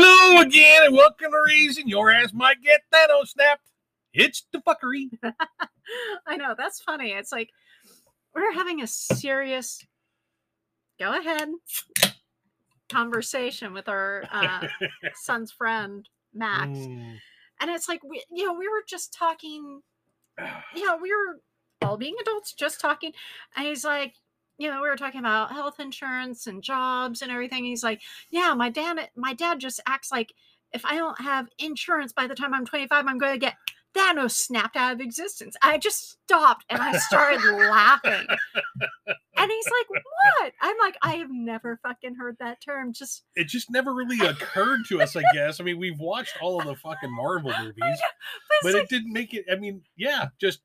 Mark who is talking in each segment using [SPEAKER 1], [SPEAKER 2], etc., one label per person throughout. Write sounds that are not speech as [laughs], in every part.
[SPEAKER 1] again, and welcome to reason your ass might get Thanos snapped. It's the fuckery.
[SPEAKER 2] [laughs] I know that's funny. It's like we're having a serious go ahead conversation with our uh, son's friend Max,
[SPEAKER 1] Mm.
[SPEAKER 2] and it's like we, you know, we were just talking. You know, we were all being adults, just talking, and he's like. You know, we were talking about health insurance and jobs and everything. He's like, "Yeah, my dad, my dad just acts like if I don't have insurance by the time I'm 25, I'm going to get Thanos snapped out of existence." I just stopped and I started laughing. And he's like, "What?" I'm like, "I have never fucking heard that term. Just
[SPEAKER 1] It just never really occurred to us, I guess. I mean, we've watched all of the fucking Marvel movies,
[SPEAKER 2] but
[SPEAKER 1] but
[SPEAKER 2] it's
[SPEAKER 1] it didn't make it. I mean, yeah, just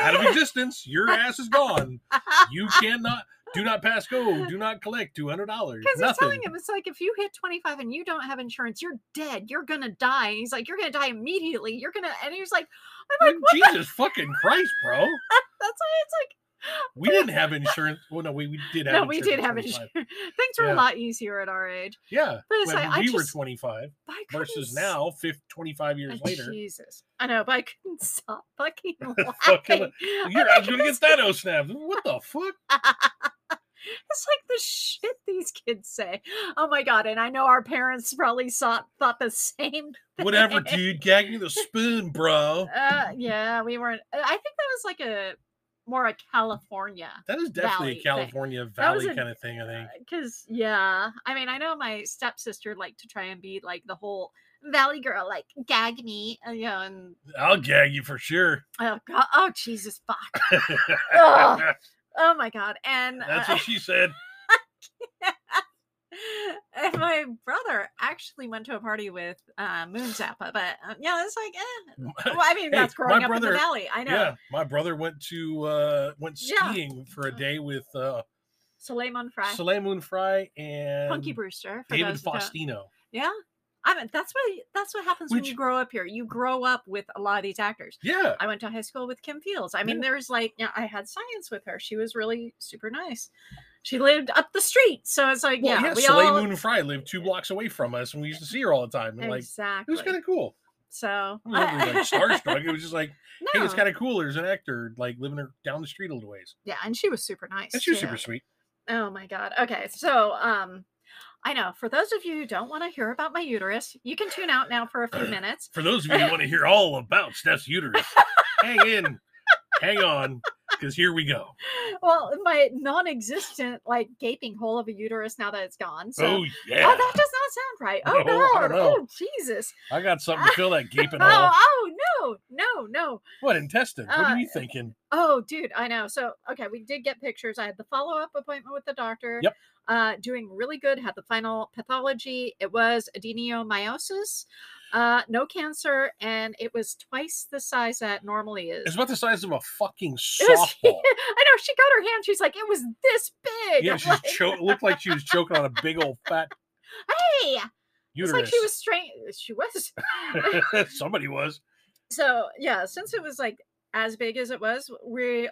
[SPEAKER 2] like, [laughs]
[SPEAKER 1] out of existence, your ass is gone. You cannot, do not pass go, do not collect two hundred dollars.
[SPEAKER 2] Because he's
[SPEAKER 1] Nothing.
[SPEAKER 2] telling him it's like if you hit 25 and you don't have insurance, you're dead. You're gonna die. And he's like, you're gonna die immediately. You're gonna. And he's like, I'm like, what? the-
[SPEAKER 1] Jesus fucking Christ, bro.
[SPEAKER 2] That's why it's like. [laughs]
[SPEAKER 1] We didn't have insurance. Well, no, we, we did have
[SPEAKER 2] No, we did
[SPEAKER 1] at
[SPEAKER 2] have
[SPEAKER 1] 25.
[SPEAKER 2] insurance. [laughs] Things were
[SPEAKER 1] Yeah.
[SPEAKER 2] a lot easier at our age.
[SPEAKER 1] Yeah.
[SPEAKER 2] But it's
[SPEAKER 1] When
[SPEAKER 2] like I
[SPEAKER 1] we
[SPEAKER 2] just
[SPEAKER 1] were 25
[SPEAKER 2] but I couldn't
[SPEAKER 1] versus
[SPEAKER 2] s-
[SPEAKER 1] now, 50, 25 years
[SPEAKER 2] uh,
[SPEAKER 1] later.
[SPEAKER 2] Jesus, I know, but I couldn't stop fucking
[SPEAKER 1] [laughs] Fucking-
[SPEAKER 2] laughing. I'm
[SPEAKER 1] Your
[SPEAKER 2] like,
[SPEAKER 1] ass gonna get
[SPEAKER 2] [laughs]
[SPEAKER 1] Thanos snapped. What the fuck?
[SPEAKER 2] It's like the shit these kids say. Oh my god! And I know our parents probably saw, thought the same.
[SPEAKER 1] Whatever, dude. Gag me the spoon, bro.
[SPEAKER 2] Uh, yeah, we weren't. I think that was like a more a California
[SPEAKER 1] That is definitely
[SPEAKER 2] Valley
[SPEAKER 1] a
[SPEAKER 2] thing.
[SPEAKER 1] California
[SPEAKER 2] That was
[SPEAKER 1] Valley
[SPEAKER 2] a-
[SPEAKER 1] kind of thing, I think.
[SPEAKER 2] because yeah, I mean, I know my stepsister liked to try and be like the whole Valley girl, like gag me, uh, you know, and
[SPEAKER 1] I'll gag you for sure.
[SPEAKER 2] oh god, oh Jesus fuck,
[SPEAKER 1] [laughs]
[SPEAKER 2] Ugh. oh my god, and
[SPEAKER 1] That's
[SPEAKER 2] [laughs] uh,
[SPEAKER 1] what she said.
[SPEAKER 2] and my brother actually went to a party with uh, Moon Zappa, but uh, yeah, it's like, eh. well, I
[SPEAKER 1] [laughs]
[SPEAKER 2] mean,
[SPEAKER 1] Hey,
[SPEAKER 2] that's
[SPEAKER 1] my
[SPEAKER 2] growing up in
[SPEAKER 1] brother-
[SPEAKER 2] the valley. I know.
[SPEAKER 1] Yeah, my brother went to uh went
[SPEAKER 2] Yeah.
[SPEAKER 1] skiing for a day with uh
[SPEAKER 2] Soleimon Fry,
[SPEAKER 1] Soleil Moon Fry and
[SPEAKER 2] Punky Brewster, for
[SPEAKER 1] um, David
[SPEAKER 2] those who don't-
[SPEAKER 1] Faustino.
[SPEAKER 2] Yeah. I mean, that's what that's what happens when
[SPEAKER 1] Which-
[SPEAKER 2] you grow up here. You grow up with a lot of these actors.
[SPEAKER 1] Yeah.
[SPEAKER 2] I went to high school with Kim Fields. I mean,
[SPEAKER 1] Yeah.
[SPEAKER 2] there's like, yeah, I had science with her. She was really super nice. She lived up the street, so it's like,
[SPEAKER 1] Well, yeah,
[SPEAKER 2] yeah, we
[SPEAKER 1] Soleil
[SPEAKER 2] all
[SPEAKER 1] Moon Fry lived two blocks away from us, and we used to see her all the time. And like, it
[SPEAKER 2] exactly.
[SPEAKER 1] was kind of cool.
[SPEAKER 2] so
[SPEAKER 1] I wasn't
[SPEAKER 2] [laughs]
[SPEAKER 1] really, like starstruck. It was just like, hey, it's
[SPEAKER 2] No.
[SPEAKER 1] kind of cool. There's an actor like living her down the street a little ways.
[SPEAKER 2] yeah, and she was super nice.
[SPEAKER 1] And she was
[SPEAKER 2] too.
[SPEAKER 1] super sweet.
[SPEAKER 2] Oh my god. Okay, so um, I know for those of you who don't want to hear about my uterus, you can tune out now for a
[SPEAKER 1] [clears throat]
[SPEAKER 2] few minutes.
[SPEAKER 1] For those of you who want to hear all about Steph's
[SPEAKER 2] [laughs]
[SPEAKER 1] uterus, hang in, hang on, because here we go.
[SPEAKER 2] Well, my non-existent like gaping hole of a uterus now that it's gone. So.
[SPEAKER 1] oh yeah,
[SPEAKER 2] Oh, that does not sound right. Oh
[SPEAKER 1] [laughs] No, I
[SPEAKER 2] no!
[SPEAKER 1] don't know.
[SPEAKER 2] Oh Jesus!
[SPEAKER 1] I got something to fill that gaping hole.
[SPEAKER 2] [laughs] Oh, oh no! No! No!
[SPEAKER 1] What intestine? what
[SPEAKER 2] uh,
[SPEAKER 1] are you thinking?
[SPEAKER 2] Oh, dude, I know. So, okay, we did get pictures. I had the follow up appointment with the doctor.
[SPEAKER 1] Yep.
[SPEAKER 2] Uh, doing really good. Had the final pathology. It was adenomyosis, uh, no cancer, and it was twice the size that normally is.
[SPEAKER 1] It's about the size of a fucking
[SPEAKER 2] [laughs] It was-
[SPEAKER 1] softball.
[SPEAKER 2] I know. She got her hand. She's like, it was this big.
[SPEAKER 1] Yeah,
[SPEAKER 2] I'm
[SPEAKER 1] she's
[SPEAKER 2] like,
[SPEAKER 1] cho- looked like she was choking on a big old fat
[SPEAKER 2] hey, [laughs] it's
[SPEAKER 1] uterus.
[SPEAKER 2] like she was straight.
[SPEAKER 1] [laughs]
[SPEAKER 2] She was. [laughs]
[SPEAKER 1] Somebody was.
[SPEAKER 2] so yeah since it was like as big as it was we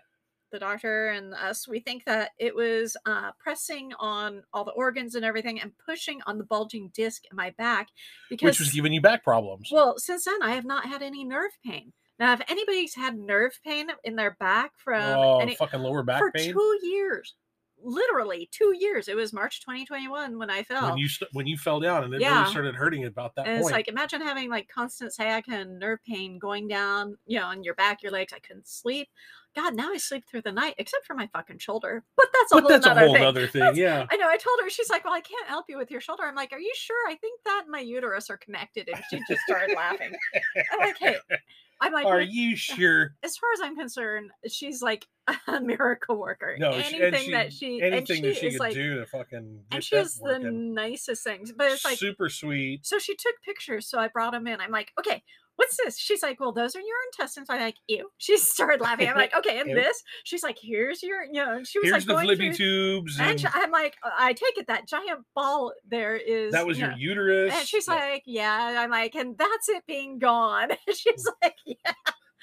[SPEAKER 2] the doctor and us we think that it was uh, pressing on all the organs and everything and pushing on the bulging disc in my back because
[SPEAKER 1] which was giving you back problems.
[SPEAKER 2] well since then i have not had any nerve pain now if anybody's had nerve pain in their back from
[SPEAKER 1] oh,
[SPEAKER 2] any,
[SPEAKER 1] fucking lower back
[SPEAKER 2] for
[SPEAKER 1] pain.
[SPEAKER 2] two years literally two years it was march 2021 when i fell
[SPEAKER 1] When you st- when you fell down and it
[SPEAKER 2] Yeah.
[SPEAKER 1] really started hurting about that
[SPEAKER 2] and
[SPEAKER 1] point.
[SPEAKER 2] it's like imagine having like constant sciatica and nerve pain going down, you know, on your back, your legs. I couldn't sleep. God, now I sleep through the night, except for my fucking shoulder. But that's a
[SPEAKER 1] but
[SPEAKER 2] whole
[SPEAKER 1] that's a
[SPEAKER 2] nother
[SPEAKER 1] whole
[SPEAKER 2] thing.
[SPEAKER 1] other thing.
[SPEAKER 2] That's- [laughs]
[SPEAKER 1] Yeah.
[SPEAKER 2] I know. I told her she's like, "Well, I can't help you with your shoulder." I'm like, "Are you sure?" I think that and my uterus are connected, and she just started laughing. I'm like, "Hey," I'm like,
[SPEAKER 1] Are
[SPEAKER 2] "Look,
[SPEAKER 1] you sure?
[SPEAKER 2] as far as I'm concerned, she's like a miracle worker.
[SPEAKER 1] No, she- and
[SPEAKER 2] anything that she,
[SPEAKER 1] anything
[SPEAKER 2] and
[SPEAKER 1] that
[SPEAKER 2] she,
[SPEAKER 1] she
[SPEAKER 2] is
[SPEAKER 1] could
[SPEAKER 2] like,
[SPEAKER 1] do to fucking get
[SPEAKER 2] and she
[SPEAKER 1] that
[SPEAKER 2] is the
[SPEAKER 1] working.
[SPEAKER 2] nicest things. But it's like
[SPEAKER 1] super sweet.
[SPEAKER 2] so she took pictures. So I brought them in. I'm like, okay, what's this? She's like, well, those are your intestines. I'm like, ew. She [laughs] started
[SPEAKER 1] [laughs]
[SPEAKER 2] laughing. I'm like, okay, and
[SPEAKER 1] Ew.
[SPEAKER 2] this? She's like, here's your, you know, and she was
[SPEAKER 1] Here's
[SPEAKER 2] like,
[SPEAKER 1] the
[SPEAKER 2] going
[SPEAKER 1] flippy
[SPEAKER 2] through,
[SPEAKER 1] tubes.
[SPEAKER 2] and
[SPEAKER 1] And
[SPEAKER 2] she- I'm like, "Uh, I take it that giant ball there is.
[SPEAKER 1] that was
[SPEAKER 2] you
[SPEAKER 1] your
[SPEAKER 2] know."
[SPEAKER 1] uterus.
[SPEAKER 2] And she's
[SPEAKER 1] Yeah.
[SPEAKER 2] like, yeah. I'm like, and that's it being gone. [laughs]
[SPEAKER 1] Mm.
[SPEAKER 2] she's like, yeah.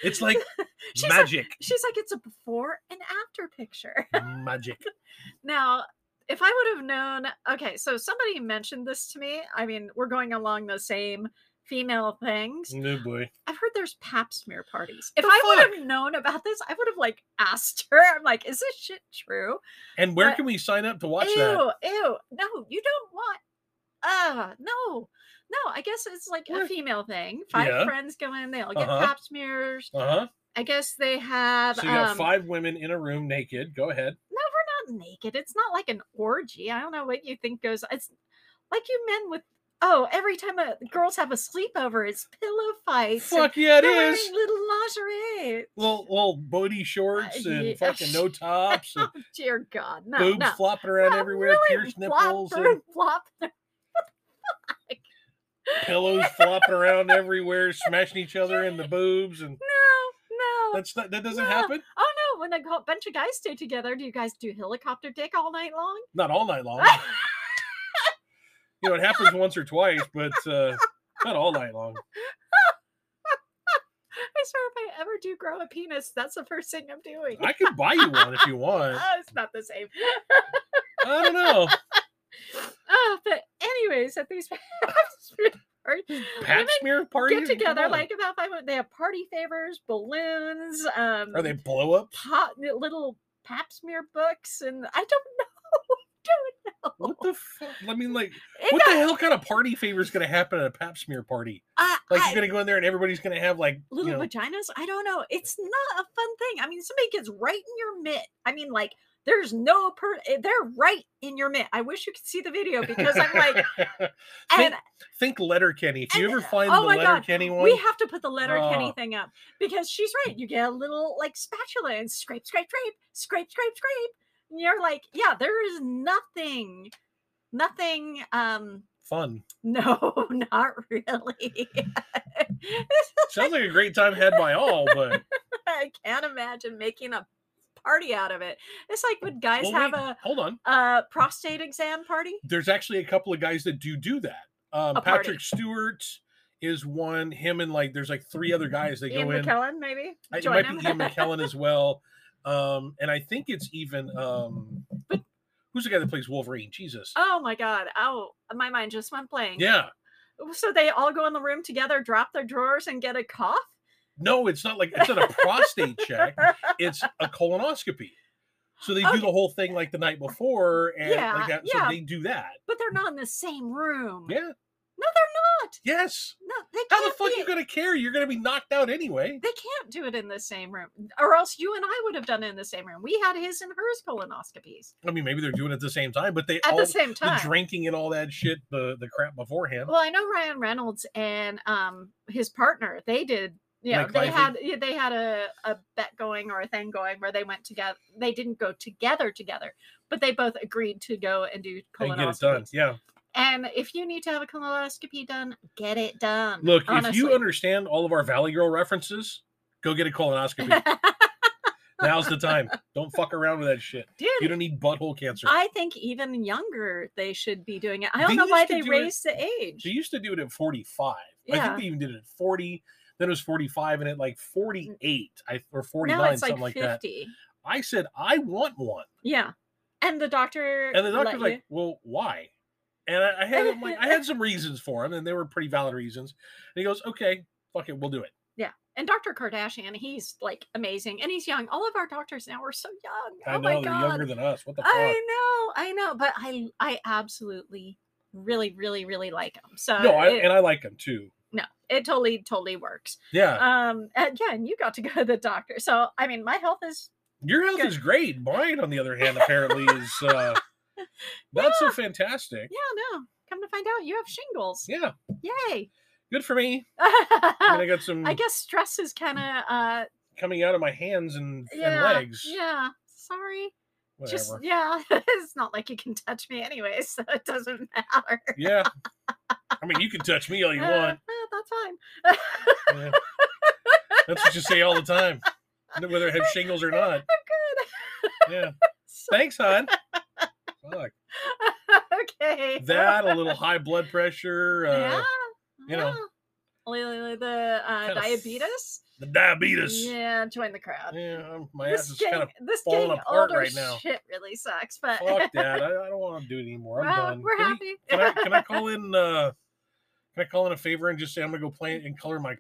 [SPEAKER 1] it's like
[SPEAKER 2] [laughs] She's like-
[SPEAKER 1] magic,
[SPEAKER 2] She's like, it's a before and after picture.
[SPEAKER 1] magic.
[SPEAKER 2] [laughs] Now, if I would have known, okay, so somebody mentioned this to me. I mean, we're going along the same female things.
[SPEAKER 1] No boy.
[SPEAKER 2] I've heard there's pap smear parties. If I would have known about this, I would have like asked her. I'm like, is this shit true?
[SPEAKER 1] And where
[SPEAKER 2] But-
[SPEAKER 1] can we sign up to watch
[SPEAKER 2] ew,
[SPEAKER 1] that?
[SPEAKER 2] ew. No, you don't want. Uh, no, no. I guess it's like a
[SPEAKER 1] What?
[SPEAKER 2] female thing. Five
[SPEAKER 1] Yeah.
[SPEAKER 2] friends go in. They all get
[SPEAKER 1] Uh-huh.
[SPEAKER 2] pap smears.
[SPEAKER 1] Uh huh.
[SPEAKER 2] I guess they have.
[SPEAKER 1] So you got
[SPEAKER 2] um,
[SPEAKER 1] five women in a room naked. Go ahead.
[SPEAKER 2] No, we're not naked. It's not like an orgy. I don't know what you think goes. It's like you men with. Oh, every time a, girls have a sleepover, it's pillow fights. and
[SPEAKER 1] Fuck yeah, it
[SPEAKER 2] they're
[SPEAKER 1] is.
[SPEAKER 2] wearing Little lingerie.
[SPEAKER 1] Little little booty shorts
[SPEAKER 2] Uh,
[SPEAKER 1] and
[SPEAKER 2] yeah.
[SPEAKER 1] fucking no
[SPEAKER 2] [laughs]
[SPEAKER 1] tops and
[SPEAKER 2] Oh dear God, no,
[SPEAKER 1] boobs
[SPEAKER 2] no.
[SPEAKER 1] flopping around
[SPEAKER 2] No,
[SPEAKER 1] everywhere, pierced
[SPEAKER 2] flop
[SPEAKER 1] nipples [laughs]
[SPEAKER 2] through,
[SPEAKER 1] and
[SPEAKER 2] flop through.
[SPEAKER 1] pillows flopping around everywhere, smashing
[SPEAKER 2] [laughs]
[SPEAKER 1] each other in the boobs and
[SPEAKER 2] No, no.
[SPEAKER 1] that's not that doesn't
[SPEAKER 2] No.
[SPEAKER 1] happen.
[SPEAKER 2] oh no, when a go- bunch of guys stay together, do you guys do helicopter dick all night long? [laughs]
[SPEAKER 1] Not all night long. You know, it happens once or twice, but uh not all night long.
[SPEAKER 2] I swear, if I ever do grow a penis, that's the first thing I'm doing. [laughs]
[SPEAKER 1] I uh could buy you one if you want.
[SPEAKER 2] Oh, it's not the same.
[SPEAKER 1] I don't
[SPEAKER 2] [laughs]
[SPEAKER 1] know.
[SPEAKER 2] Oh, but anyways, at these [laughs] parties,
[SPEAKER 1] Pat smear party.
[SPEAKER 2] get together like about five. They have party favors, balloons. Um,
[SPEAKER 1] are they blow ups?
[SPEAKER 2] pot, little pap smear books? And I don't [laughs] know. don't know.
[SPEAKER 1] What the fuck? I mean, like,
[SPEAKER 2] It
[SPEAKER 1] what the
[SPEAKER 2] got-
[SPEAKER 1] hell kind of party favor is going to happen at a pap smear party?
[SPEAKER 2] I-
[SPEAKER 1] Like,
[SPEAKER 2] I-
[SPEAKER 1] you're going to go in there and everybody's going to have like, you
[SPEAKER 2] little
[SPEAKER 1] know,
[SPEAKER 2] vaginas? I don't know. It's not a fun thing. I mean, somebody gets right in your mitt. I mean, like, there's no per. eh, They're right in your mitt. I wish you could see the video because I'm
[SPEAKER 1] [laughs]
[SPEAKER 2] like, and
[SPEAKER 1] think, think letter Kenny. If you
[SPEAKER 2] and-
[SPEAKER 1] ever find
[SPEAKER 2] oh
[SPEAKER 1] the
[SPEAKER 2] my
[SPEAKER 1] letter
[SPEAKER 2] God,
[SPEAKER 1] Kenny one,
[SPEAKER 2] we have to put the letter Kenny
[SPEAKER 1] Oh.
[SPEAKER 2] thing up because she's right. You get a little like spatula and scrape, scrape, scrape, scrape, scrape, scrape. And you're like, yeah, there is nothing, nothing. Um, [laughs]
[SPEAKER 1] fun.
[SPEAKER 2] no, [laughs] not really. [laughs]
[SPEAKER 1] Sounds like a great time had by all,
[SPEAKER 2] [laughs]
[SPEAKER 1] but
[SPEAKER 2] I can't imagine making a party out of it. It's like would guys
[SPEAKER 1] Well,
[SPEAKER 2] have
[SPEAKER 1] wait, hold on.
[SPEAKER 2] a, a prostate exam party?
[SPEAKER 1] There's actually a couple of guys that do do that. Um,
[SPEAKER 2] A party.
[SPEAKER 1] Patrick Stewart is one. Him and like, there's like three other guys that
[SPEAKER 2] Ian
[SPEAKER 1] go in.
[SPEAKER 2] McKellen, maybe?
[SPEAKER 1] I- it
[SPEAKER 2] Join
[SPEAKER 1] might
[SPEAKER 2] him?
[SPEAKER 1] be Ian
[SPEAKER 2] [laughs]
[SPEAKER 1] McKellen as well. Um, and I think it's even um, who's the guy that plays Wolverine? Jesus.
[SPEAKER 2] oh my god. Oh my mind just went blank.
[SPEAKER 1] Yeah.
[SPEAKER 2] So they all go in the room together, drop their drawers, and get a cough?
[SPEAKER 1] No, it's not like it's not a prostate check. It's a colonoscopy. So they do
[SPEAKER 2] Okay.
[SPEAKER 1] the whole thing like the night before, and
[SPEAKER 2] Yeah,
[SPEAKER 1] like that.
[SPEAKER 2] yeah.
[SPEAKER 1] So they do that.
[SPEAKER 2] But they're not in the same room.
[SPEAKER 1] Yeah.
[SPEAKER 2] No, they're not.
[SPEAKER 1] Yes.
[SPEAKER 2] No, they
[SPEAKER 1] How
[SPEAKER 2] can't
[SPEAKER 1] the fuck
[SPEAKER 2] be-
[SPEAKER 1] you gonna care? You're gonna be knocked out anyway.
[SPEAKER 2] they can't do it in the same room, or else you and I would have done it in the same room. We had his and hers colonoscopies
[SPEAKER 1] I mean, maybe they're doing it at the same time, but they
[SPEAKER 2] at
[SPEAKER 1] all
[SPEAKER 2] the same
[SPEAKER 1] the
[SPEAKER 2] time.
[SPEAKER 1] drinking and all that shit, the the crap beforehand.
[SPEAKER 2] Well, I know Ryan Reynolds and um his partner, they did yeah,
[SPEAKER 1] Mike
[SPEAKER 2] they
[SPEAKER 1] Lively.
[SPEAKER 2] had yeah, they had a, a bet going or a thing going where they went together they didn't go together together, but they both agreed to go and do
[SPEAKER 1] and
[SPEAKER 2] colonoscopy.
[SPEAKER 1] get it done. Yeah.
[SPEAKER 2] And if you need to have a colonoscopy done, get it done.
[SPEAKER 1] Look, if you
[SPEAKER 2] honestly.
[SPEAKER 1] understand all of our Valley Girl references, go get a colonoscopy.
[SPEAKER 2] [laughs]
[SPEAKER 1] Now's the time. Don't fuck around with that shit.
[SPEAKER 2] Dude,
[SPEAKER 1] You don't need butthole cancer.
[SPEAKER 2] I think even younger they should be doing it. I don't
[SPEAKER 1] They
[SPEAKER 2] know why
[SPEAKER 1] used to
[SPEAKER 2] they
[SPEAKER 1] do it-
[SPEAKER 2] raised the age.
[SPEAKER 1] They used to do it at 45. I
[SPEAKER 2] Yeah.
[SPEAKER 1] think they even did it at 40. Then it was 45, and at like 48 I, or 49,
[SPEAKER 2] now it's like
[SPEAKER 1] something like that.
[SPEAKER 2] fifty.
[SPEAKER 1] I said, I want one.
[SPEAKER 2] Yeah. And the doctor
[SPEAKER 1] And the
[SPEAKER 2] let
[SPEAKER 1] doctor's
[SPEAKER 2] you-
[SPEAKER 1] like, Well, why? And I, I had I'm like, I had some reasons for him, and they were pretty valid reasons. And he goes, Okay, fuck it, we'll do it.
[SPEAKER 2] and Dr. Kardashian, he's like amazing and he's young. All of our doctors now are so young.
[SPEAKER 1] I
[SPEAKER 2] oh
[SPEAKER 1] know
[SPEAKER 2] my
[SPEAKER 1] they're
[SPEAKER 2] god.
[SPEAKER 1] younger than us. What the fuck?
[SPEAKER 2] I know, I know, but I I absolutely really really really like him. So
[SPEAKER 1] no, I,
[SPEAKER 2] it,
[SPEAKER 1] and I like them too.
[SPEAKER 2] no, it totally totally works.
[SPEAKER 1] Yeah,
[SPEAKER 2] Um and yeah, and you got to go to the doctor. So I mean, my health is
[SPEAKER 1] your health
[SPEAKER 2] good.
[SPEAKER 1] is great. Mine, on the other hand, apparently is
[SPEAKER 2] [laughs]
[SPEAKER 1] uh, not so fantastic.
[SPEAKER 2] yeah, no. Come to find out you have shingles.
[SPEAKER 1] Yeah,
[SPEAKER 2] Yay.
[SPEAKER 1] good for me. And I
[SPEAKER 2] [laughs] I
[SPEAKER 1] got some
[SPEAKER 2] guess stress is kind of uh
[SPEAKER 1] coming out of my hands and,
[SPEAKER 2] yeah,
[SPEAKER 1] and legs.
[SPEAKER 2] yeah. Sorry.
[SPEAKER 1] Whatever.
[SPEAKER 2] Just yeah, [laughs] it's not like you can touch me anyway, so it doesn't [laughs] matter.
[SPEAKER 1] yeah. I mean, you can touch me all you
[SPEAKER 2] Uh, [laughs]
[SPEAKER 1] want.
[SPEAKER 2] uh, that's fine. [laughs]
[SPEAKER 1] yeah. That's what you say all the time, no- whether I have shingles or
[SPEAKER 2] [laughs]
[SPEAKER 1] not.
[SPEAKER 2] I'm good.
[SPEAKER 1] Yeah.
[SPEAKER 2] So-
[SPEAKER 1] Thanks, hon. Fuck.
[SPEAKER 2] [laughs] okay.
[SPEAKER 1] That, a little high blood pressure, uh,
[SPEAKER 2] yeah.
[SPEAKER 1] you know,
[SPEAKER 2] yeah. Li- li- li- the uh,
[SPEAKER 1] kinda f-
[SPEAKER 2] diabetes.
[SPEAKER 1] The diabetes. Yeah,
[SPEAKER 2] Yeah, join the crowd.
[SPEAKER 1] I'm- my ass
[SPEAKER 2] this
[SPEAKER 1] is
[SPEAKER 2] getting,
[SPEAKER 1] kind of
[SPEAKER 2] this
[SPEAKER 1] falling
[SPEAKER 2] getting
[SPEAKER 1] apart
[SPEAKER 2] older
[SPEAKER 1] right now.
[SPEAKER 2] shit really sucks, but
[SPEAKER 1] fuck
[SPEAKER 2] [laughs]
[SPEAKER 1] that. I, I don't want to do it anymore. I'm
[SPEAKER 2] well,
[SPEAKER 1] done.
[SPEAKER 2] we're
[SPEAKER 1] Can we-
[SPEAKER 2] happy.
[SPEAKER 1] can I, can I call in uh can I call in a favor and just say I'm gonna go play and color my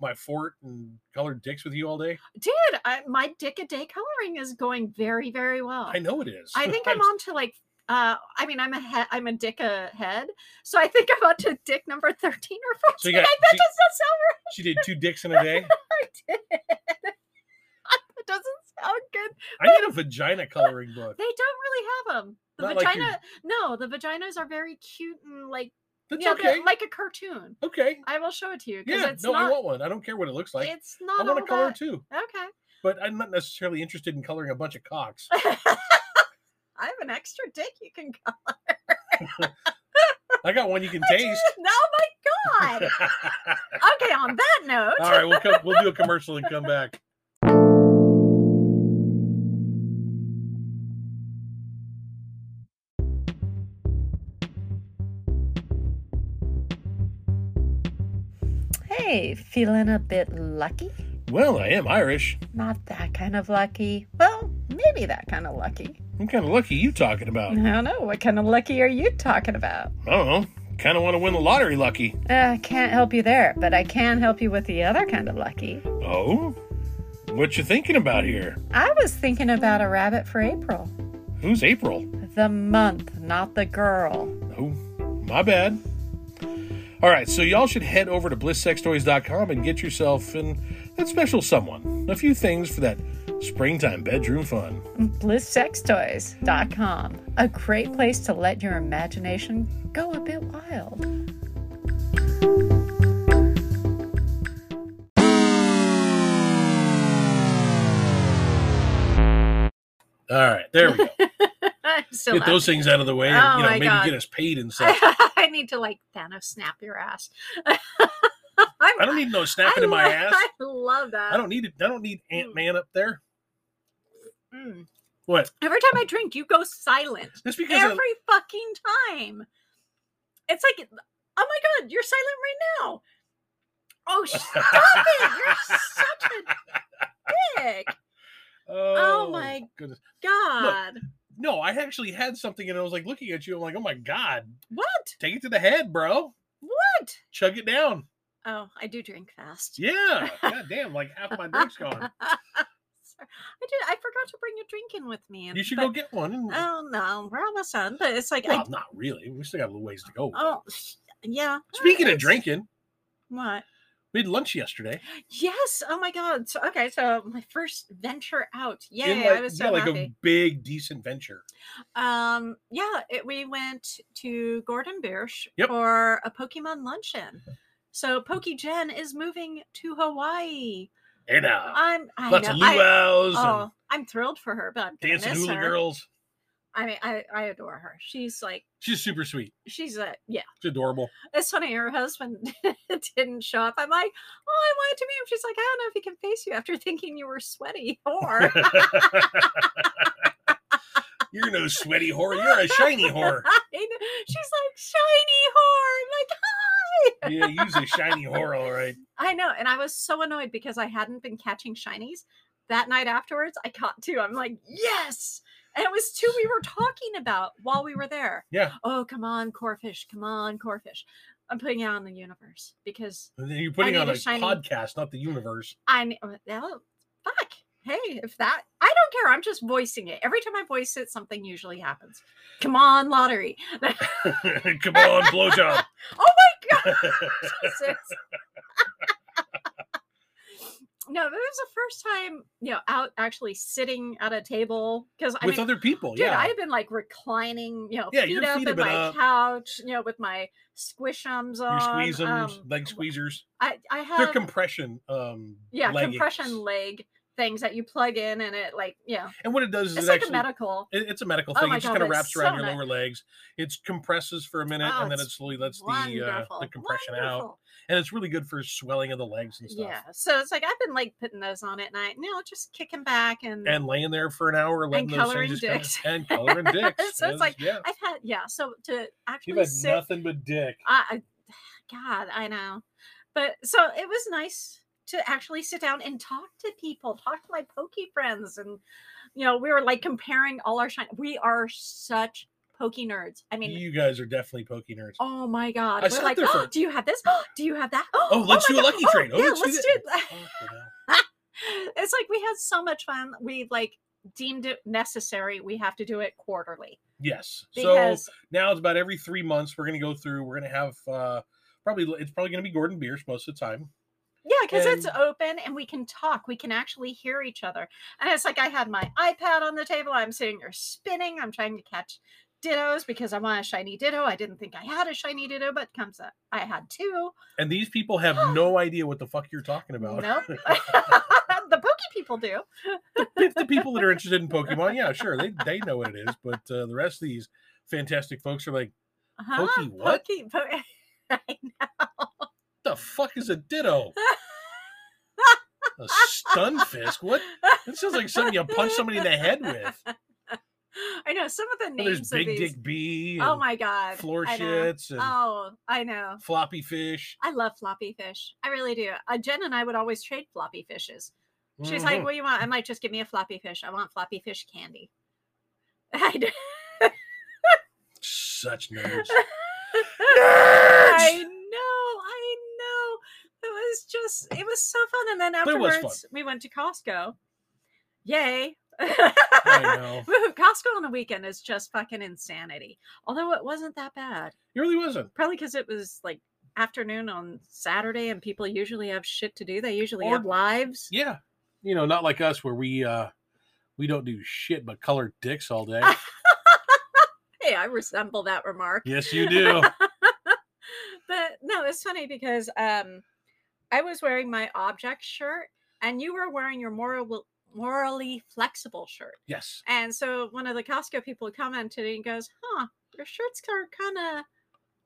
[SPEAKER 1] my fort and color dicks with you all day?
[SPEAKER 2] [laughs] Dude, I, my dick a day coloring is going very, very well.
[SPEAKER 1] I know it is. [laughs]
[SPEAKER 2] I think I'm on to like uh I mean I'm a he- I'm a dick ahead. So I think I'm on to dick number 13 or 14.
[SPEAKER 1] So you got-
[SPEAKER 2] I bet
[SPEAKER 1] so-
[SPEAKER 2] does [laughs] that sound
[SPEAKER 1] she did two dicks in a
[SPEAKER 2] [laughs]
[SPEAKER 1] day.
[SPEAKER 2] right? [laughs] it doesn't sound good.
[SPEAKER 1] I need a vagina coloring book.
[SPEAKER 2] They don't really have them. The
[SPEAKER 1] Not like your-
[SPEAKER 2] vagina No, the vaginas are very cute and like
[SPEAKER 1] That's
[SPEAKER 2] yeah, they're
[SPEAKER 1] okay.
[SPEAKER 2] like a cartoon.
[SPEAKER 1] okay.
[SPEAKER 2] I will show it to you because
[SPEAKER 1] Yeah,
[SPEAKER 2] it's
[SPEAKER 1] no, I
[SPEAKER 2] not
[SPEAKER 1] want one. I don't care what it looks like.
[SPEAKER 2] it's
[SPEAKER 1] I
[SPEAKER 2] not
[SPEAKER 1] want
[SPEAKER 2] all
[SPEAKER 1] to color
[SPEAKER 2] that.
[SPEAKER 1] too.
[SPEAKER 2] Okay. [laughs]
[SPEAKER 1] But I'm not necessarily interested in coloring a bunch of cocks.
[SPEAKER 2] I have an extra dick you can [laughs] color.
[SPEAKER 1] I got one you can taste.
[SPEAKER 2] no, Oh my
[SPEAKER 3] [laughs]
[SPEAKER 1] [laughs]
[SPEAKER 2] God. Okay, on that note.
[SPEAKER 1] All right, we'll come, we'll do a commercial and come back.
[SPEAKER 3] Hey, feeling a bit lucky?
[SPEAKER 1] Well, I am Irish.
[SPEAKER 3] Not that kind of lucky. Well, maybe that kind of lucky.
[SPEAKER 1] I'm kind of lucky you talking
[SPEAKER 3] I
[SPEAKER 1] about.
[SPEAKER 3] don't know. What kind of lucky are you talking about?
[SPEAKER 2] Mm-hmm.
[SPEAKER 1] I don't know. Kind of want to win the lottery lucky.
[SPEAKER 3] Uh, can't help you there, but I can help you with the other kind of lucky.
[SPEAKER 1] Oh? What you thinking about here?
[SPEAKER 3] I was thinking about a rabbit for April.
[SPEAKER 1] Who's April?
[SPEAKER 3] The month, not the girl.
[SPEAKER 1] Oh, my bad. All right, so y'all should head over to blisssextoys.com and get yourself and that special someone a few things for that springtime bedroom fun.
[SPEAKER 3] BlissSexToys.com. A great place to let your imagination go a bit wild.
[SPEAKER 1] All right, there we
[SPEAKER 2] [laughs]
[SPEAKER 1] go.
[SPEAKER 2] I'm still
[SPEAKER 1] get those things out of the way, and
[SPEAKER 2] Oh
[SPEAKER 1] you know
[SPEAKER 2] my
[SPEAKER 1] maybe
[SPEAKER 2] God.
[SPEAKER 1] get us paid and stuff.
[SPEAKER 2] [laughs] I, need to like Thanos snap your ass. [laughs] I'm,
[SPEAKER 1] I don't need no snapping
[SPEAKER 2] [laughs] I
[SPEAKER 1] in my
[SPEAKER 2] lo-
[SPEAKER 1] ass.
[SPEAKER 2] I love that.
[SPEAKER 1] I don't need it. I don't need Ant Man up there.
[SPEAKER 2] Mm.
[SPEAKER 1] What?
[SPEAKER 2] Every time I drink, you go silent.
[SPEAKER 1] Just because of-
[SPEAKER 2] Every fucking time. It's like, oh my god, you're silent right now. Oh, stop it! You're such a dick.
[SPEAKER 1] oh,
[SPEAKER 2] my
[SPEAKER 1] goodness.
[SPEAKER 2] God,
[SPEAKER 1] No, I actually had something, and I was like looking at you. I'm like, oh my god,
[SPEAKER 2] what?
[SPEAKER 1] take it to the head, bro.
[SPEAKER 2] What?
[SPEAKER 1] Chug it down.
[SPEAKER 2] Oh, I do drink fast.
[SPEAKER 1] Yeah. God damn, like half my
[SPEAKER 2] [laughs]
[SPEAKER 1] drink's
[SPEAKER 2] Oh
[SPEAKER 1] gone.
[SPEAKER 2] Sorry. I did. I forgot to bring a drink in with me. and-
[SPEAKER 1] You should
[SPEAKER 2] but-
[SPEAKER 1] go get one. and-
[SPEAKER 2] Oh no, we're almost done. But it's like
[SPEAKER 1] well, not really. We still got a little ways to go.
[SPEAKER 2] I oh sh- yeah.
[SPEAKER 1] Speaking of
[SPEAKER 2] it's-
[SPEAKER 1] drinking,
[SPEAKER 2] what?
[SPEAKER 1] we had lunch yesterday.
[SPEAKER 2] Yes. Oh my God. So okay. So my first venture out. Yay!
[SPEAKER 1] In
[SPEAKER 2] I
[SPEAKER 1] like-
[SPEAKER 2] was so
[SPEAKER 1] yeah, like a
[SPEAKER 2] happy.
[SPEAKER 1] big decent venture.
[SPEAKER 2] Um. Yeah. It, we went to Gordon Biersch
[SPEAKER 1] Yep.
[SPEAKER 2] for a Pokemon luncheon. So Poke Jen is moving to Hawaii.
[SPEAKER 1] And uh,
[SPEAKER 2] I'm. I
[SPEAKER 1] lots
[SPEAKER 2] know.
[SPEAKER 1] of
[SPEAKER 2] I,
[SPEAKER 1] luau's
[SPEAKER 2] oh, I'm thrilled for her, but I'm
[SPEAKER 1] and
[SPEAKER 2] gonna
[SPEAKER 1] dancing
[SPEAKER 2] miss
[SPEAKER 1] hula
[SPEAKER 2] her.
[SPEAKER 1] girls.
[SPEAKER 2] I mean, I I adore her. She's like
[SPEAKER 1] She's super sweet.
[SPEAKER 2] she's a yeah.
[SPEAKER 1] She's adorable.
[SPEAKER 2] [laughs]
[SPEAKER 1] [laughs]
[SPEAKER 2] It's funny, her husband [laughs] didn't show up. I'm like, oh, I wanted to meet him. She's like, I don't know if he can face you after [laughs] thinking you were sweaty or
[SPEAKER 1] You're no sweaty whore. You're a shiny [laughs]
[SPEAKER 2] [laughs]
[SPEAKER 1] whore.
[SPEAKER 2] She's like, shiny horn. Like, hi.
[SPEAKER 1] Yeah, use a shiny whore, all right.
[SPEAKER 2] I know. And I was so annoyed because I hadn't been catching shinies. That night afterwards, I caught two. I'm like, yes. And it was two we were talking about while we were there.
[SPEAKER 1] Yeah.
[SPEAKER 2] Oh, come on, core fish. Come on, core fish. I'm putting it out in the universe because
[SPEAKER 1] And then you're putting
[SPEAKER 2] need
[SPEAKER 1] on
[SPEAKER 2] a
[SPEAKER 1] a
[SPEAKER 2] shiny-
[SPEAKER 1] podcast, not the universe. [laughs]
[SPEAKER 2] I kn- oh, well, fuck. Hey, if that I don't care. I'm just voicing it. Every time I voice it, something usually happens. Come on, lottery. [laughs]
[SPEAKER 1] Come on, blowjob.
[SPEAKER 2] Oh my god. Jesus. [laughs] no, it was the first time, you know, out actually sitting at a table because [laughs] I
[SPEAKER 1] With
[SPEAKER 2] mean,
[SPEAKER 1] other people,
[SPEAKER 2] dude,
[SPEAKER 1] yeah.
[SPEAKER 2] I had been like reclining, you know,
[SPEAKER 1] Yeah,
[SPEAKER 2] feet
[SPEAKER 1] your
[SPEAKER 2] up
[SPEAKER 1] feet have
[SPEAKER 2] in
[SPEAKER 1] been
[SPEAKER 2] my
[SPEAKER 1] up.
[SPEAKER 2] couch, you know, with my squishums
[SPEAKER 1] Your
[SPEAKER 2] on.
[SPEAKER 1] squeezums,
[SPEAKER 2] um,
[SPEAKER 1] leg squeezers.
[SPEAKER 2] I I
[SPEAKER 1] They're
[SPEAKER 2] have
[SPEAKER 1] compression um
[SPEAKER 2] yeah
[SPEAKER 1] leggings.
[SPEAKER 2] compression leg things that you plug in and it like yeah
[SPEAKER 1] And what it does is
[SPEAKER 2] it's
[SPEAKER 1] it
[SPEAKER 2] like
[SPEAKER 1] actually
[SPEAKER 2] a medical
[SPEAKER 1] it- it's a medical
[SPEAKER 2] Oh
[SPEAKER 1] thing.
[SPEAKER 2] my
[SPEAKER 1] it just
[SPEAKER 2] God,
[SPEAKER 1] kind of
[SPEAKER 2] but it's
[SPEAKER 1] wraps around
[SPEAKER 2] so
[SPEAKER 1] your
[SPEAKER 2] nice.
[SPEAKER 1] lower legs. It compresses for a minute
[SPEAKER 2] Oh,
[SPEAKER 1] and then it
[SPEAKER 2] it's
[SPEAKER 1] slowly lets the uh,
[SPEAKER 2] wonderful
[SPEAKER 1] the compression out.
[SPEAKER 2] wonderful.
[SPEAKER 1] And it's really good for swelling of the legs and stuff.
[SPEAKER 2] yeah so it's like i've been like putting those on at night now just kicking back and,
[SPEAKER 1] and laying there for an hour, letting those
[SPEAKER 2] coloring
[SPEAKER 1] things just kinda-
[SPEAKER 2] dicks. [laughs]
[SPEAKER 1] and coloring dicks.
[SPEAKER 2] So it's
[SPEAKER 1] Yes,
[SPEAKER 2] like,
[SPEAKER 1] yeah,
[SPEAKER 2] i've had yeah so to
[SPEAKER 1] you've
[SPEAKER 2] actually
[SPEAKER 1] had
[SPEAKER 2] sit
[SPEAKER 1] nothing but dick.
[SPEAKER 2] I, I god i know but so it was nice to actually sit down and talk to people, talk to my pokey friends. And, you know, we were like comparing all our shine. We are such pokey nerds. I mean,
[SPEAKER 1] you guys are definitely pokey nerds.
[SPEAKER 2] oh my
[SPEAKER 1] I
[SPEAKER 2] God. we're
[SPEAKER 1] sat
[SPEAKER 2] like,
[SPEAKER 1] there for-
[SPEAKER 2] "Oh, do you have this? [gasps] do you have that?
[SPEAKER 1] Oh, let's
[SPEAKER 2] my
[SPEAKER 1] do a
[SPEAKER 2] God.
[SPEAKER 1] lucky
[SPEAKER 2] Oh,
[SPEAKER 1] train. Oh,
[SPEAKER 2] yeah,
[SPEAKER 1] let's,
[SPEAKER 2] let's
[SPEAKER 1] do
[SPEAKER 2] do [laughs]
[SPEAKER 1] that.
[SPEAKER 2] it.
[SPEAKER 1] Fucking hell.
[SPEAKER 2] it's like we had so much fun. We like deemed it necessary. We have to do it quarterly
[SPEAKER 1] Yes. So
[SPEAKER 2] because
[SPEAKER 1] now it's about every three months we're going to go through. We're going to have uh, probably it's probably going to be Gordon Biersch most of the time.
[SPEAKER 2] Yeah, because it's
[SPEAKER 1] And-
[SPEAKER 2] open and we can talk. We can actually hear each other. And it's like I had my iPad on the table. I'm sitting there spinning. I'm trying to catch dittos because I want a shiny ditto. I didn't think I had a shiny ditto, but comes up. I had two.
[SPEAKER 1] And these people have
[SPEAKER 2] [gasps]
[SPEAKER 1] no idea what the fuck you're talking about. [laughs]
[SPEAKER 2] No, [laughs] the pokey people do.
[SPEAKER 1] if the people that are interested in Pokemon, yeah, sure, they they know what it is. But uh, the rest of these fantastic folks are like,
[SPEAKER 2] Huh?
[SPEAKER 1] Pokey what?
[SPEAKER 2] Uh-huh, Pokey, po- [laughs] I
[SPEAKER 1] "The fuck is a Ditto? A stun fisk? What? That sounds like something you punch somebody in the head with."
[SPEAKER 2] [laughs] I know some of the
[SPEAKER 1] And there's
[SPEAKER 2] names
[SPEAKER 1] Big
[SPEAKER 2] of these.
[SPEAKER 1] Dick B.
[SPEAKER 2] oh
[SPEAKER 1] and
[SPEAKER 2] my god!
[SPEAKER 1] Floor
[SPEAKER 2] I know.
[SPEAKER 1] shits and
[SPEAKER 2] Oh, I know.
[SPEAKER 1] floppy fish.
[SPEAKER 2] I love floppy fish. I really do. Uh, Jen and I would always trade floppy fishes. She's
[SPEAKER 1] Mhm.
[SPEAKER 2] like, "What do you want?" I'm like, "Just give me a floppy fish. I want floppy fish candy." [laughs] I, d-
[SPEAKER 1] "Such
[SPEAKER 2] [laughs]
[SPEAKER 1] nerds."
[SPEAKER 2] I
[SPEAKER 1] nerds!
[SPEAKER 2] know, I know. It was just, it was so fun. And then
[SPEAKER 1] But it was fun.
[SPEAKER 2] afterwards, we went to Costco. Yay!
[SPEAKER 1] I know.
[SPEAKER 2] [laughs] Woohoo, Costco on a weekend is just fucking insanity. Although it wasn't that bad,
[SPEAKER 1] It really wasn't.
[SPEAKER 2] probably because it was like afternoon on Saturday, and people usually have shit to do. They usually
[SPEAKER 1] Or-
[SPEAKER 2] have lives.
[SPEAKER 1] Yeah, you know, not like us where we uh we don't do shit but color dicks all
[SPEAKER 2] [laughs]
[SPEAKER 1] day.
[SPEAKER 2] Hey, I resemble that remark.
[SPEAKER 1] yes, you do.
[SPEAKER 2] but no, it's funny because um, I was wearing my object shirt and you were wearing your moral, morally flexible shirt.
[SPEAKER 1] Yes.
[SPEAKER 2] And so one of the Costco people commented and goes, huh, your shirts are kind of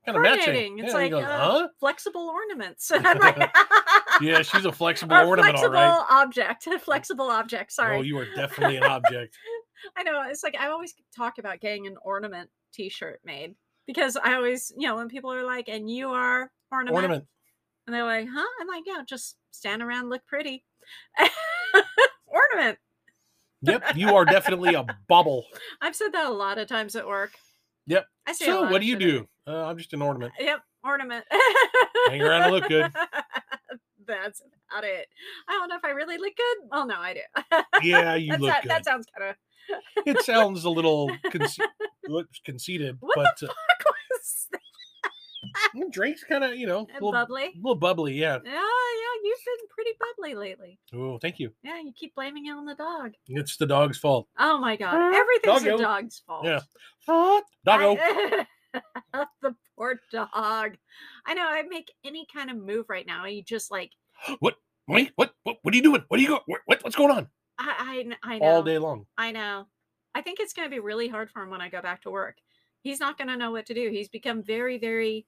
[SPEAKER 1] Kind of matching.
[SPEAKER 2] coordinating.
[SPEAKER 1] Yeah,
[SPEAKER 2] It's
[SPEAKER 1] and he
[SPEAKER 2] like
[SPEAKER 1] goes,
[SPEAKER 2] uh,
[SPEAKER 1] huh?
[SPEAKER 2] flexible ornaments. [laughs] And I'm like,
[SPEAKER 1] [laughs]
[SPEAKER 2] [laughs]
[SPEAKER 1] yeah, she's a flexible
[SPEAKER 2] "A
[SPEAKER 1] ornament,
[SPEAKER 2] flexible
[SPEAKER 1] all right.
[SPEAKER 2] object, [laughs] a flexible object. Sorry,
[SPEAKER 1] Oh, you are definitely an object.
[SPEAKER 2] I know. It's like I always talk about getting an ornament T-shirt made because I always, you know, when people are like, "And you are [laughs] ornament.
[SPEAKER 1] ornament.
[SPEAKER 2] And they're like, huh? I'm like, yeah, just stand around, look pretty. [laughs] Ornament.
[SPEAKER 1] Yep, you are definitely a bubble.
[SPEAKER 2] I've said that a lot of times at work.
[SPEAKER 1] Yep.
[SPEAKER 2] [laughs] I say a
[SPEAKER 1] So,
[SPEAKER 2] lot
[SPEAKER 1] what
[SPEAKER 2] of
[SPEAKER 1] do you
[SPEAKER 2] shit at
[SPEAKER 1] do? Uh, I'm just an
[SPEAKER 2] [laughs]
[SPEAKER 1] ornament.
[SPEAKER 2] work. Yep. Ornament.
[SPEAKER 1] Hang around and look good.
[SPEAKER 2] [laughs] That's about it. I don't know if I really look good. Well, no, I do. [laughs] That's
[SPEAKER 1] Yeah, you look
[SPEAKER 2] that,
[SPEAKER 1] good.
[SPEAKER 2] that sounds [laughs] kind of.
[SPEAKER 1] It sounds a
[SPEAKER 2] [laughs]
[SPEAKER 1] little conce- looks conceited,
[SPEAKER 2] What
[SPEAKER 1] but uh,
[SPEAKER 2] and
[SPEAKER 1] mm, Drake's kind of, you know, a little,
[SPEAKER 2] bubbly.
[SPEAKER 1] little bubbly. Yeah.
[SPEAKER 2] Yeah, yeah. You've been pretty bubbly lately.
[SPEAKER 1] Oh, thank you.
[SPEAKER 2] Yeah, you keep blaming it on the dog.
[SPEAKER 1] It's the dog's fault.
[SPEAKER 2] Oh my God. Everything's
[SPEAKER 1] Doggo.
[SPEAKER 2] the dog's fault.
[SPEAKER 1] Yeah. Doggo.
[SPEAKER 2] I- [laughs] the poor dog. I know I make any kind of move right now. You just like
[SPEAKER 1] Wait, what, what? What are you doing? What are you going? What, what's going on?
[SPEAKER 2] I I, kn- I know.
[SPEAKER 1] All day long.
[SPEAKER 2] I know. I think it's going to be really hard for him when I go back to work. He's not going to know what to do. He's become very very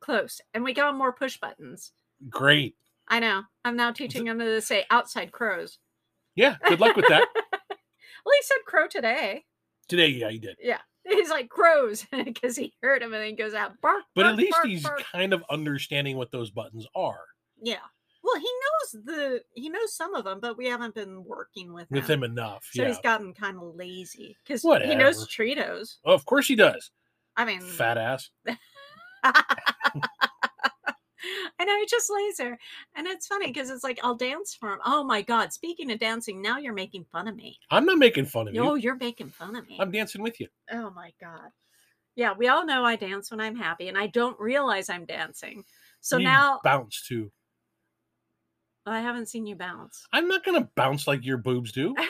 [SPEAKER 2] close, and we got him more push buttons.
[SPEAKER 1] Great.
[SPEAKER 2] I know. I'm now teaching him to say outside crows.
[SPEAKER 1] Yeah. Good luck with
[SPEAKER 2] [laughs]
[SPEAKER 1] that.
[SPEAKER 2] Well, he said crow today.
[SPEAKER 1] Today, yeah, you did.
[SPEAKER 2] Yeah. [laughs] He's like crows [laughs] because he heard him and then he goes out bark.
[SPEAKER 1] But at
[SPEAKER 2] bark,
[SPEAKER 1] least
[SPEAKER 2] bark,
[SPEAKER 1] he's
[SPEAKER 2] bark."
[SPEAKER 1] kind of understanding what those buttons are
[SPEAKER 2] Yeah. Well, he knows the he knows some of them, but we haven't been working with
[SPEAKER 1] with
[SPEAKER 2] him.
[SPEAKER 1] him enough.
[SPEAKER 2] So
[SPEAKER 1] yeah.
[SPEAKER 2] he's gotten kind of lazy because he
[SPEAKER 1] Whatever.
[SPEAKER 2] knows Cheetos.
[SPEAKER 1] Oh, of course he does.
[SPEAKER 2] I mean,
[SPEAKER 1] Fat ass.
[SPEAKER 2] [laughs] I know he just lays there, and it's funny because it's like I'll dance for him. Oh my god! Speaking of dancing, now you're making fun of me.
[SPEAKER 1] I'm not making fun of
[SPEAKER 2] No,
[SPEAKER 1] you.
[SPEAKER 2] you're making fun of me.
[SPEAKER 1] I'm dancing with you.
[SPEAKER 2] oh my god! Yeah, we all know I dance when I'm happy, and I don't realize I'm dancing. So
[SPEAKER 1] You
[SPEAKER 2] now
[SPEAKER 1] bounce too.
[SPEAKER 2] I haven't seen
[SPEAKER 1] [laughs]
[SPEAKER 2] you bounce. [laughs]
[SPEAKER 1] I'm not gonna bounce like your boobs do.
[SPEAKER 2] well,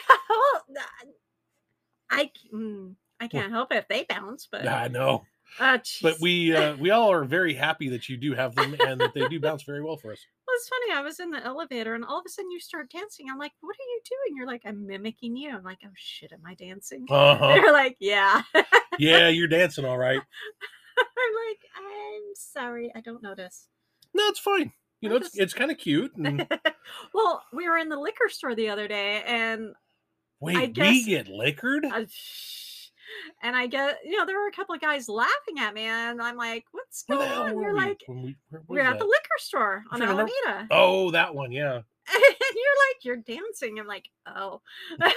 [SPEAKER 2] I c- mm, I can't help it if they bounce, but
[SPEAKER 1] I know,
[SPEAKER 2] uh,
[SPEAKER 1] but
[SPEAKER 2] jeez.
[SPEAKER 1] we
[SPEAKER 2] [laughs]
[SPEAKER 1] uh, we all are very happy that you do have them and that they do bounce very well for us.
[SPEAKER 2] Well, it's funny. I was in the elevator, and all of a sudden you start dancing. I'm like, "What are you doing?" You're like, "I'm mimicking you." I'm like, "Oh shit, am I dancing?" [laughs]
[SPEAKER 1] Uh huh.
[SPEAKER 2] They're like, "Yeah." [laughs] I'm
[SPEAKER 1] Yeah, you're dancing all right.
[SPEAKER 2] like, "I'm sorry, I don't notice."
[SPEAKER 1] No, it's fine. You know, it's it's kind of cute.
[SPEAKER 2] [laughs]
[SPEAKER 1] And
[SPEAKER 2] well, we were in the liquor store the other day, and
[SPEAKER 1] wait, we
[SPEAKER 2] guess-
[SPEAKER 1] get liquored.
[SPEAKER 2] I, and I get, you know, there were a couple of guys laughing at me, and I'm like, "What's
[SPEAKER 1] Where
[SPEAKER 2] going
[SPEAKER 1] the hell
[SPEAKER 2] on?"
[SPEAKER 1] were
[SPEAKER 2] You're
[SPEAKER 1] we?
[SPEAKER 2] like,
[SPEAKER 1] when we where was
[SPEAKER 2] "We're at the
[SPEAKER 1] that?
[SPEAKER 2] liquor store on
[SPEAKER 1] trying to remember-
[SPEAKER 2] Alameda." [laughs]
[SPEAKER 1] Oh, that one, yeah.
[SPEAKER 2] and you're like, you're dancing. I'm like, oh. [laughs]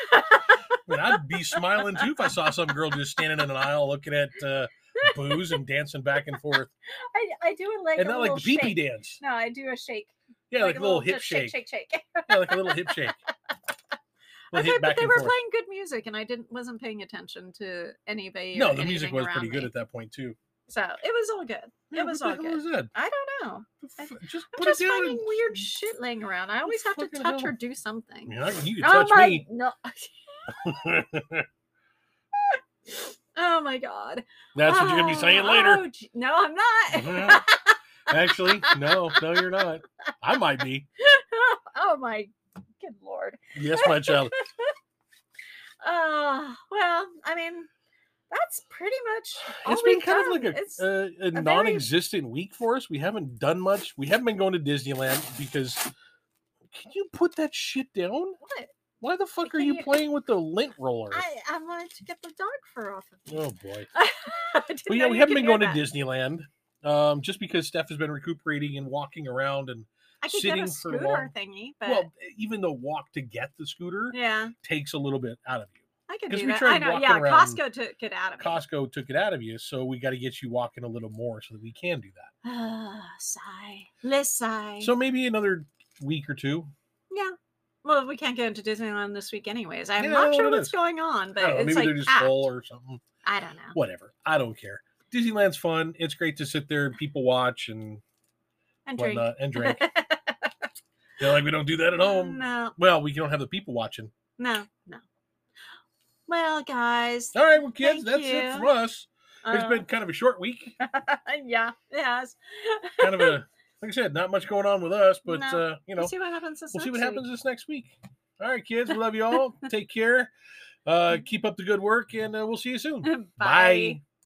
[SPEAKER 1] But I'd be smiling too if I saw some girl just standing in an aisle looking at uh, booze and dancing back and forth,
[SPEAKER 2] I, I do a [laughs] like
[SPEAKER 1] and
[SPEAKER 2] a
[SPEAKER 1] not like
[SPEAKER 2] little
[SPEAKER 1] the pee pee
[SPEAKER 2] shake.
[SPEAKER 1] dance.
[SPEAKER 2] No, I do a shake.
[SPEAKER 1] Yeah, like, a little, hip
[SPEAKER 2] just
[SPEAKER 1] shake.
[SPEAKER 2] Shake, shake, [laughs] shake.
[SPEAKER 1] Yeah, like a little hip
[SPEAKER 2] [laughs]
[SPEAKER 1] shake. Little
[SPEAKER 2] okay,
[SPEAKER 1] hip
[SPEAKER 2] but
[SPEAKER 1] back
[SPEAKER 2] they
[SPEAKER 1] and
[SPEAKER 2] were
[SPEAKER 1] forth.
[SPEAKER 2] playing good music, and I didn't wasn't paying attention to anybody.
[SPEAKER 1] No,
[SPEAKER 2] or
[SPEAKER 1] the music
[SPEAKER 2] anything
[SPEAKER 1] was
[SPEAKER 2] around
[SPEAKER 1] pretty good
[SPEAKER 2] me.
[SPEAKER 1] at that point too.
[SPEAKER 2] So it was all good.
[SPEAKER 1] Yeah,
[SPEAKER 2] was
[SPEAKER 1] what
[SPEAKER 2] all
[SPEAKER 1] the hell
[SPEAKER 2] good.
[SPEAKER 1] is that?
[SPEAKER 2] I don't know.
[SPEAKER 1] The f- Just
[SPEAKER 2] I'm
[SPEAKER 1] put
[SPEAKER 2] just
[SPEAKER 1] it down.
[SPEAKER 2] finding
[SPEAKER 1] and-
[SPEAKER 2] weird shit laying around. I always have to
[SPEAKER 1] fucking
[SPEAKER 2] touch or
[SPEAKER 1] hell.
[SPEAKER 2] do something.
[SPEAKER 1] Yeah, I- you can
[SPEAKER 2] oh
[SPEAKER 1] touch
[SPEAKER 2] my
[SPEAKER 1] me.
[SPEAKER 2] no! [laughs] Oh my god!
[SPEAKER 1] That's what you're gonna be
[SPEAKER 2] Oh,
[SPEAKER 1] saying later.
[SPEAKER 2] oh, gee- no, I'm not.
[SPEAKER 1] [laughs]
[SPEAKER 2] [laughs]
[SPEAKER 1] Yeah. Actually, no, no, you're not. I might be.
[SPEAKER 2] oh my good lord!
[SPEAKER 1] Yes, my
[SPEAKER 2] [laughs]
[SPEAKER 1] child.
[SPEAKER 2] Oh well, I mean, that's pretty much. all
[SPEAKER 1] It's been
[SPEAKER 2] we've
[SPEAKER 1] kind of
[SPEAKER 2] done.
[SPEAKER 1] like
[SPEAKER 2] Oh It's-
[SPEAKER 1] a, a, a
[SPEAKER 2] very-
[SPEAKER 1] non-existent week for us. We haven't done much. We haven't been going to Disneyland because. Can you put that shit down?
[SPEAKER 2] What?
[SPEAKER 1] Why the fuck are
[SPEAKER 2] Can
[SPEAKER 1] you
[SPEAKER 2] you-
[SPEAKER 1] playing with the lint roller?
[SPEAKER 2] I, I wanted to get the dog fur off of me.
[SPEAKER 1] Oh boy.
[SPEAKER 2] [laughs] I didn't
[SPEAKER 1] Well, yeah,
[SPEAKER 2] know
[SPEAKER 1] we
[SPEAKER 2] you
[SPEAKER 1] haven't
[SPEAKER 2] could
[SPEAKER 1] been
[SPEAKER 2] hear
[SPEAKER 1] going to
[SPEAKER 2] that.
[SPEAKER 1] Disneyland um, just because Steph has been recuperating and walking around. And
[SPEAKER 2] I could
[SPEAKER 1] sitting
[SPEAKER 2] get a
[SPEAKER 1] for
[SPEAKER 2] scooter
[SPEAKER 1] long.
[SPEAKER 2] thingy, but
[SPEAKER 1] well, even the walk to get the scooter
[SPEAKER 2] yeah,
[SPEAKER 1] takes a little bit out of you.
[SPEAKER 2] I could
[SPEAKER 1] 'cause
[SPEAKER 2] do
[SPEAKER 1] we
[SPEAKER 2] that. I
[SPEAKER 1] tried
[SPEAKER 2] know.
[SPEAKER 1] walking
[SPEAKER 2] Yeah,
[SPEAKER 1] around-
[SPEAKER 2] Costco took it out of me.
[SPEAKER 1] Costco took it out of you, so we got to get you walking a little more so that we can do that.
[SPEAKER 2] Ah, sigh. Let's sigh.
[SPEAKER 1] So maybe another week or two.
[SPEAKER 2] well, we can't go into Disneyland this week, anyways. I'm
[SPEAKER 1] Yeah,
[SPEAKER 2] not
[SPEAKER 1] well,
[SPEAKER 2] sure
[SPEAKER 1] it
[SPEAKER 2] what's
[SPEAKER 1] is.
[SPEAKER 2] going on,
[SPEAKER 1] I
[SPEAKER 2] but
[SPEAKER 1] don't know,
[SPEAKER 2] it's
[SPEAKER 1] maybe
[SPEAKER 2] like
[SPEAKER 1] they're just
[SPEAKER 2] packed.
[SPEAKER 1] full or something.
[SPEAKER 2] I don't know.
[SPEAKER 1] Whatever. I don't care. Disneyland's fun. It's great to sit there and people watch and
[SPEAKER 2] And drink.
[SPEAKER 1] whatnot and
[SPEAKER 2] [laughs]
[SPEAKER 1] drink. They're like, we don't do that at home.
[SPEAKER 2] no,
[SPEAKER 1] Well, we don't have the people watching.
[SPEAKER 2] no, no. Well, guys,
[SPEAKER 1] All right, well, kids,
[SPEAKER 2] Thank
[SPEAKER 1] that's it
[SPEAKER 2] you.
[SPEAKER 1] for us. It's
[SPEAKER 2] uh,
[SPEAKER 1] been kind of a short week.
[SPEAKER 2] [laughs] yeah, yes.
[SPEAKER 1] kind of a like I said, not much going on with us, but
[SPEAKER 2] No.
[SPEAKER 1] uh, you know,
[SPEAKER 2] we'll see what happens. This
[SPEAKER 1] we'll see
[SPEAKER 2] next
[SPEAKER 1] what
[SPEAKER 2] week.
[SPEAKER 1] happens this next week. All right, kids,
[SPEAKER 2] [laughs]
[SPEAKER 1] we love you all. Take care. Uh, keep up the good work, and uh, we'll see you soon.
[SPEAKER 2] [laughs] Bye.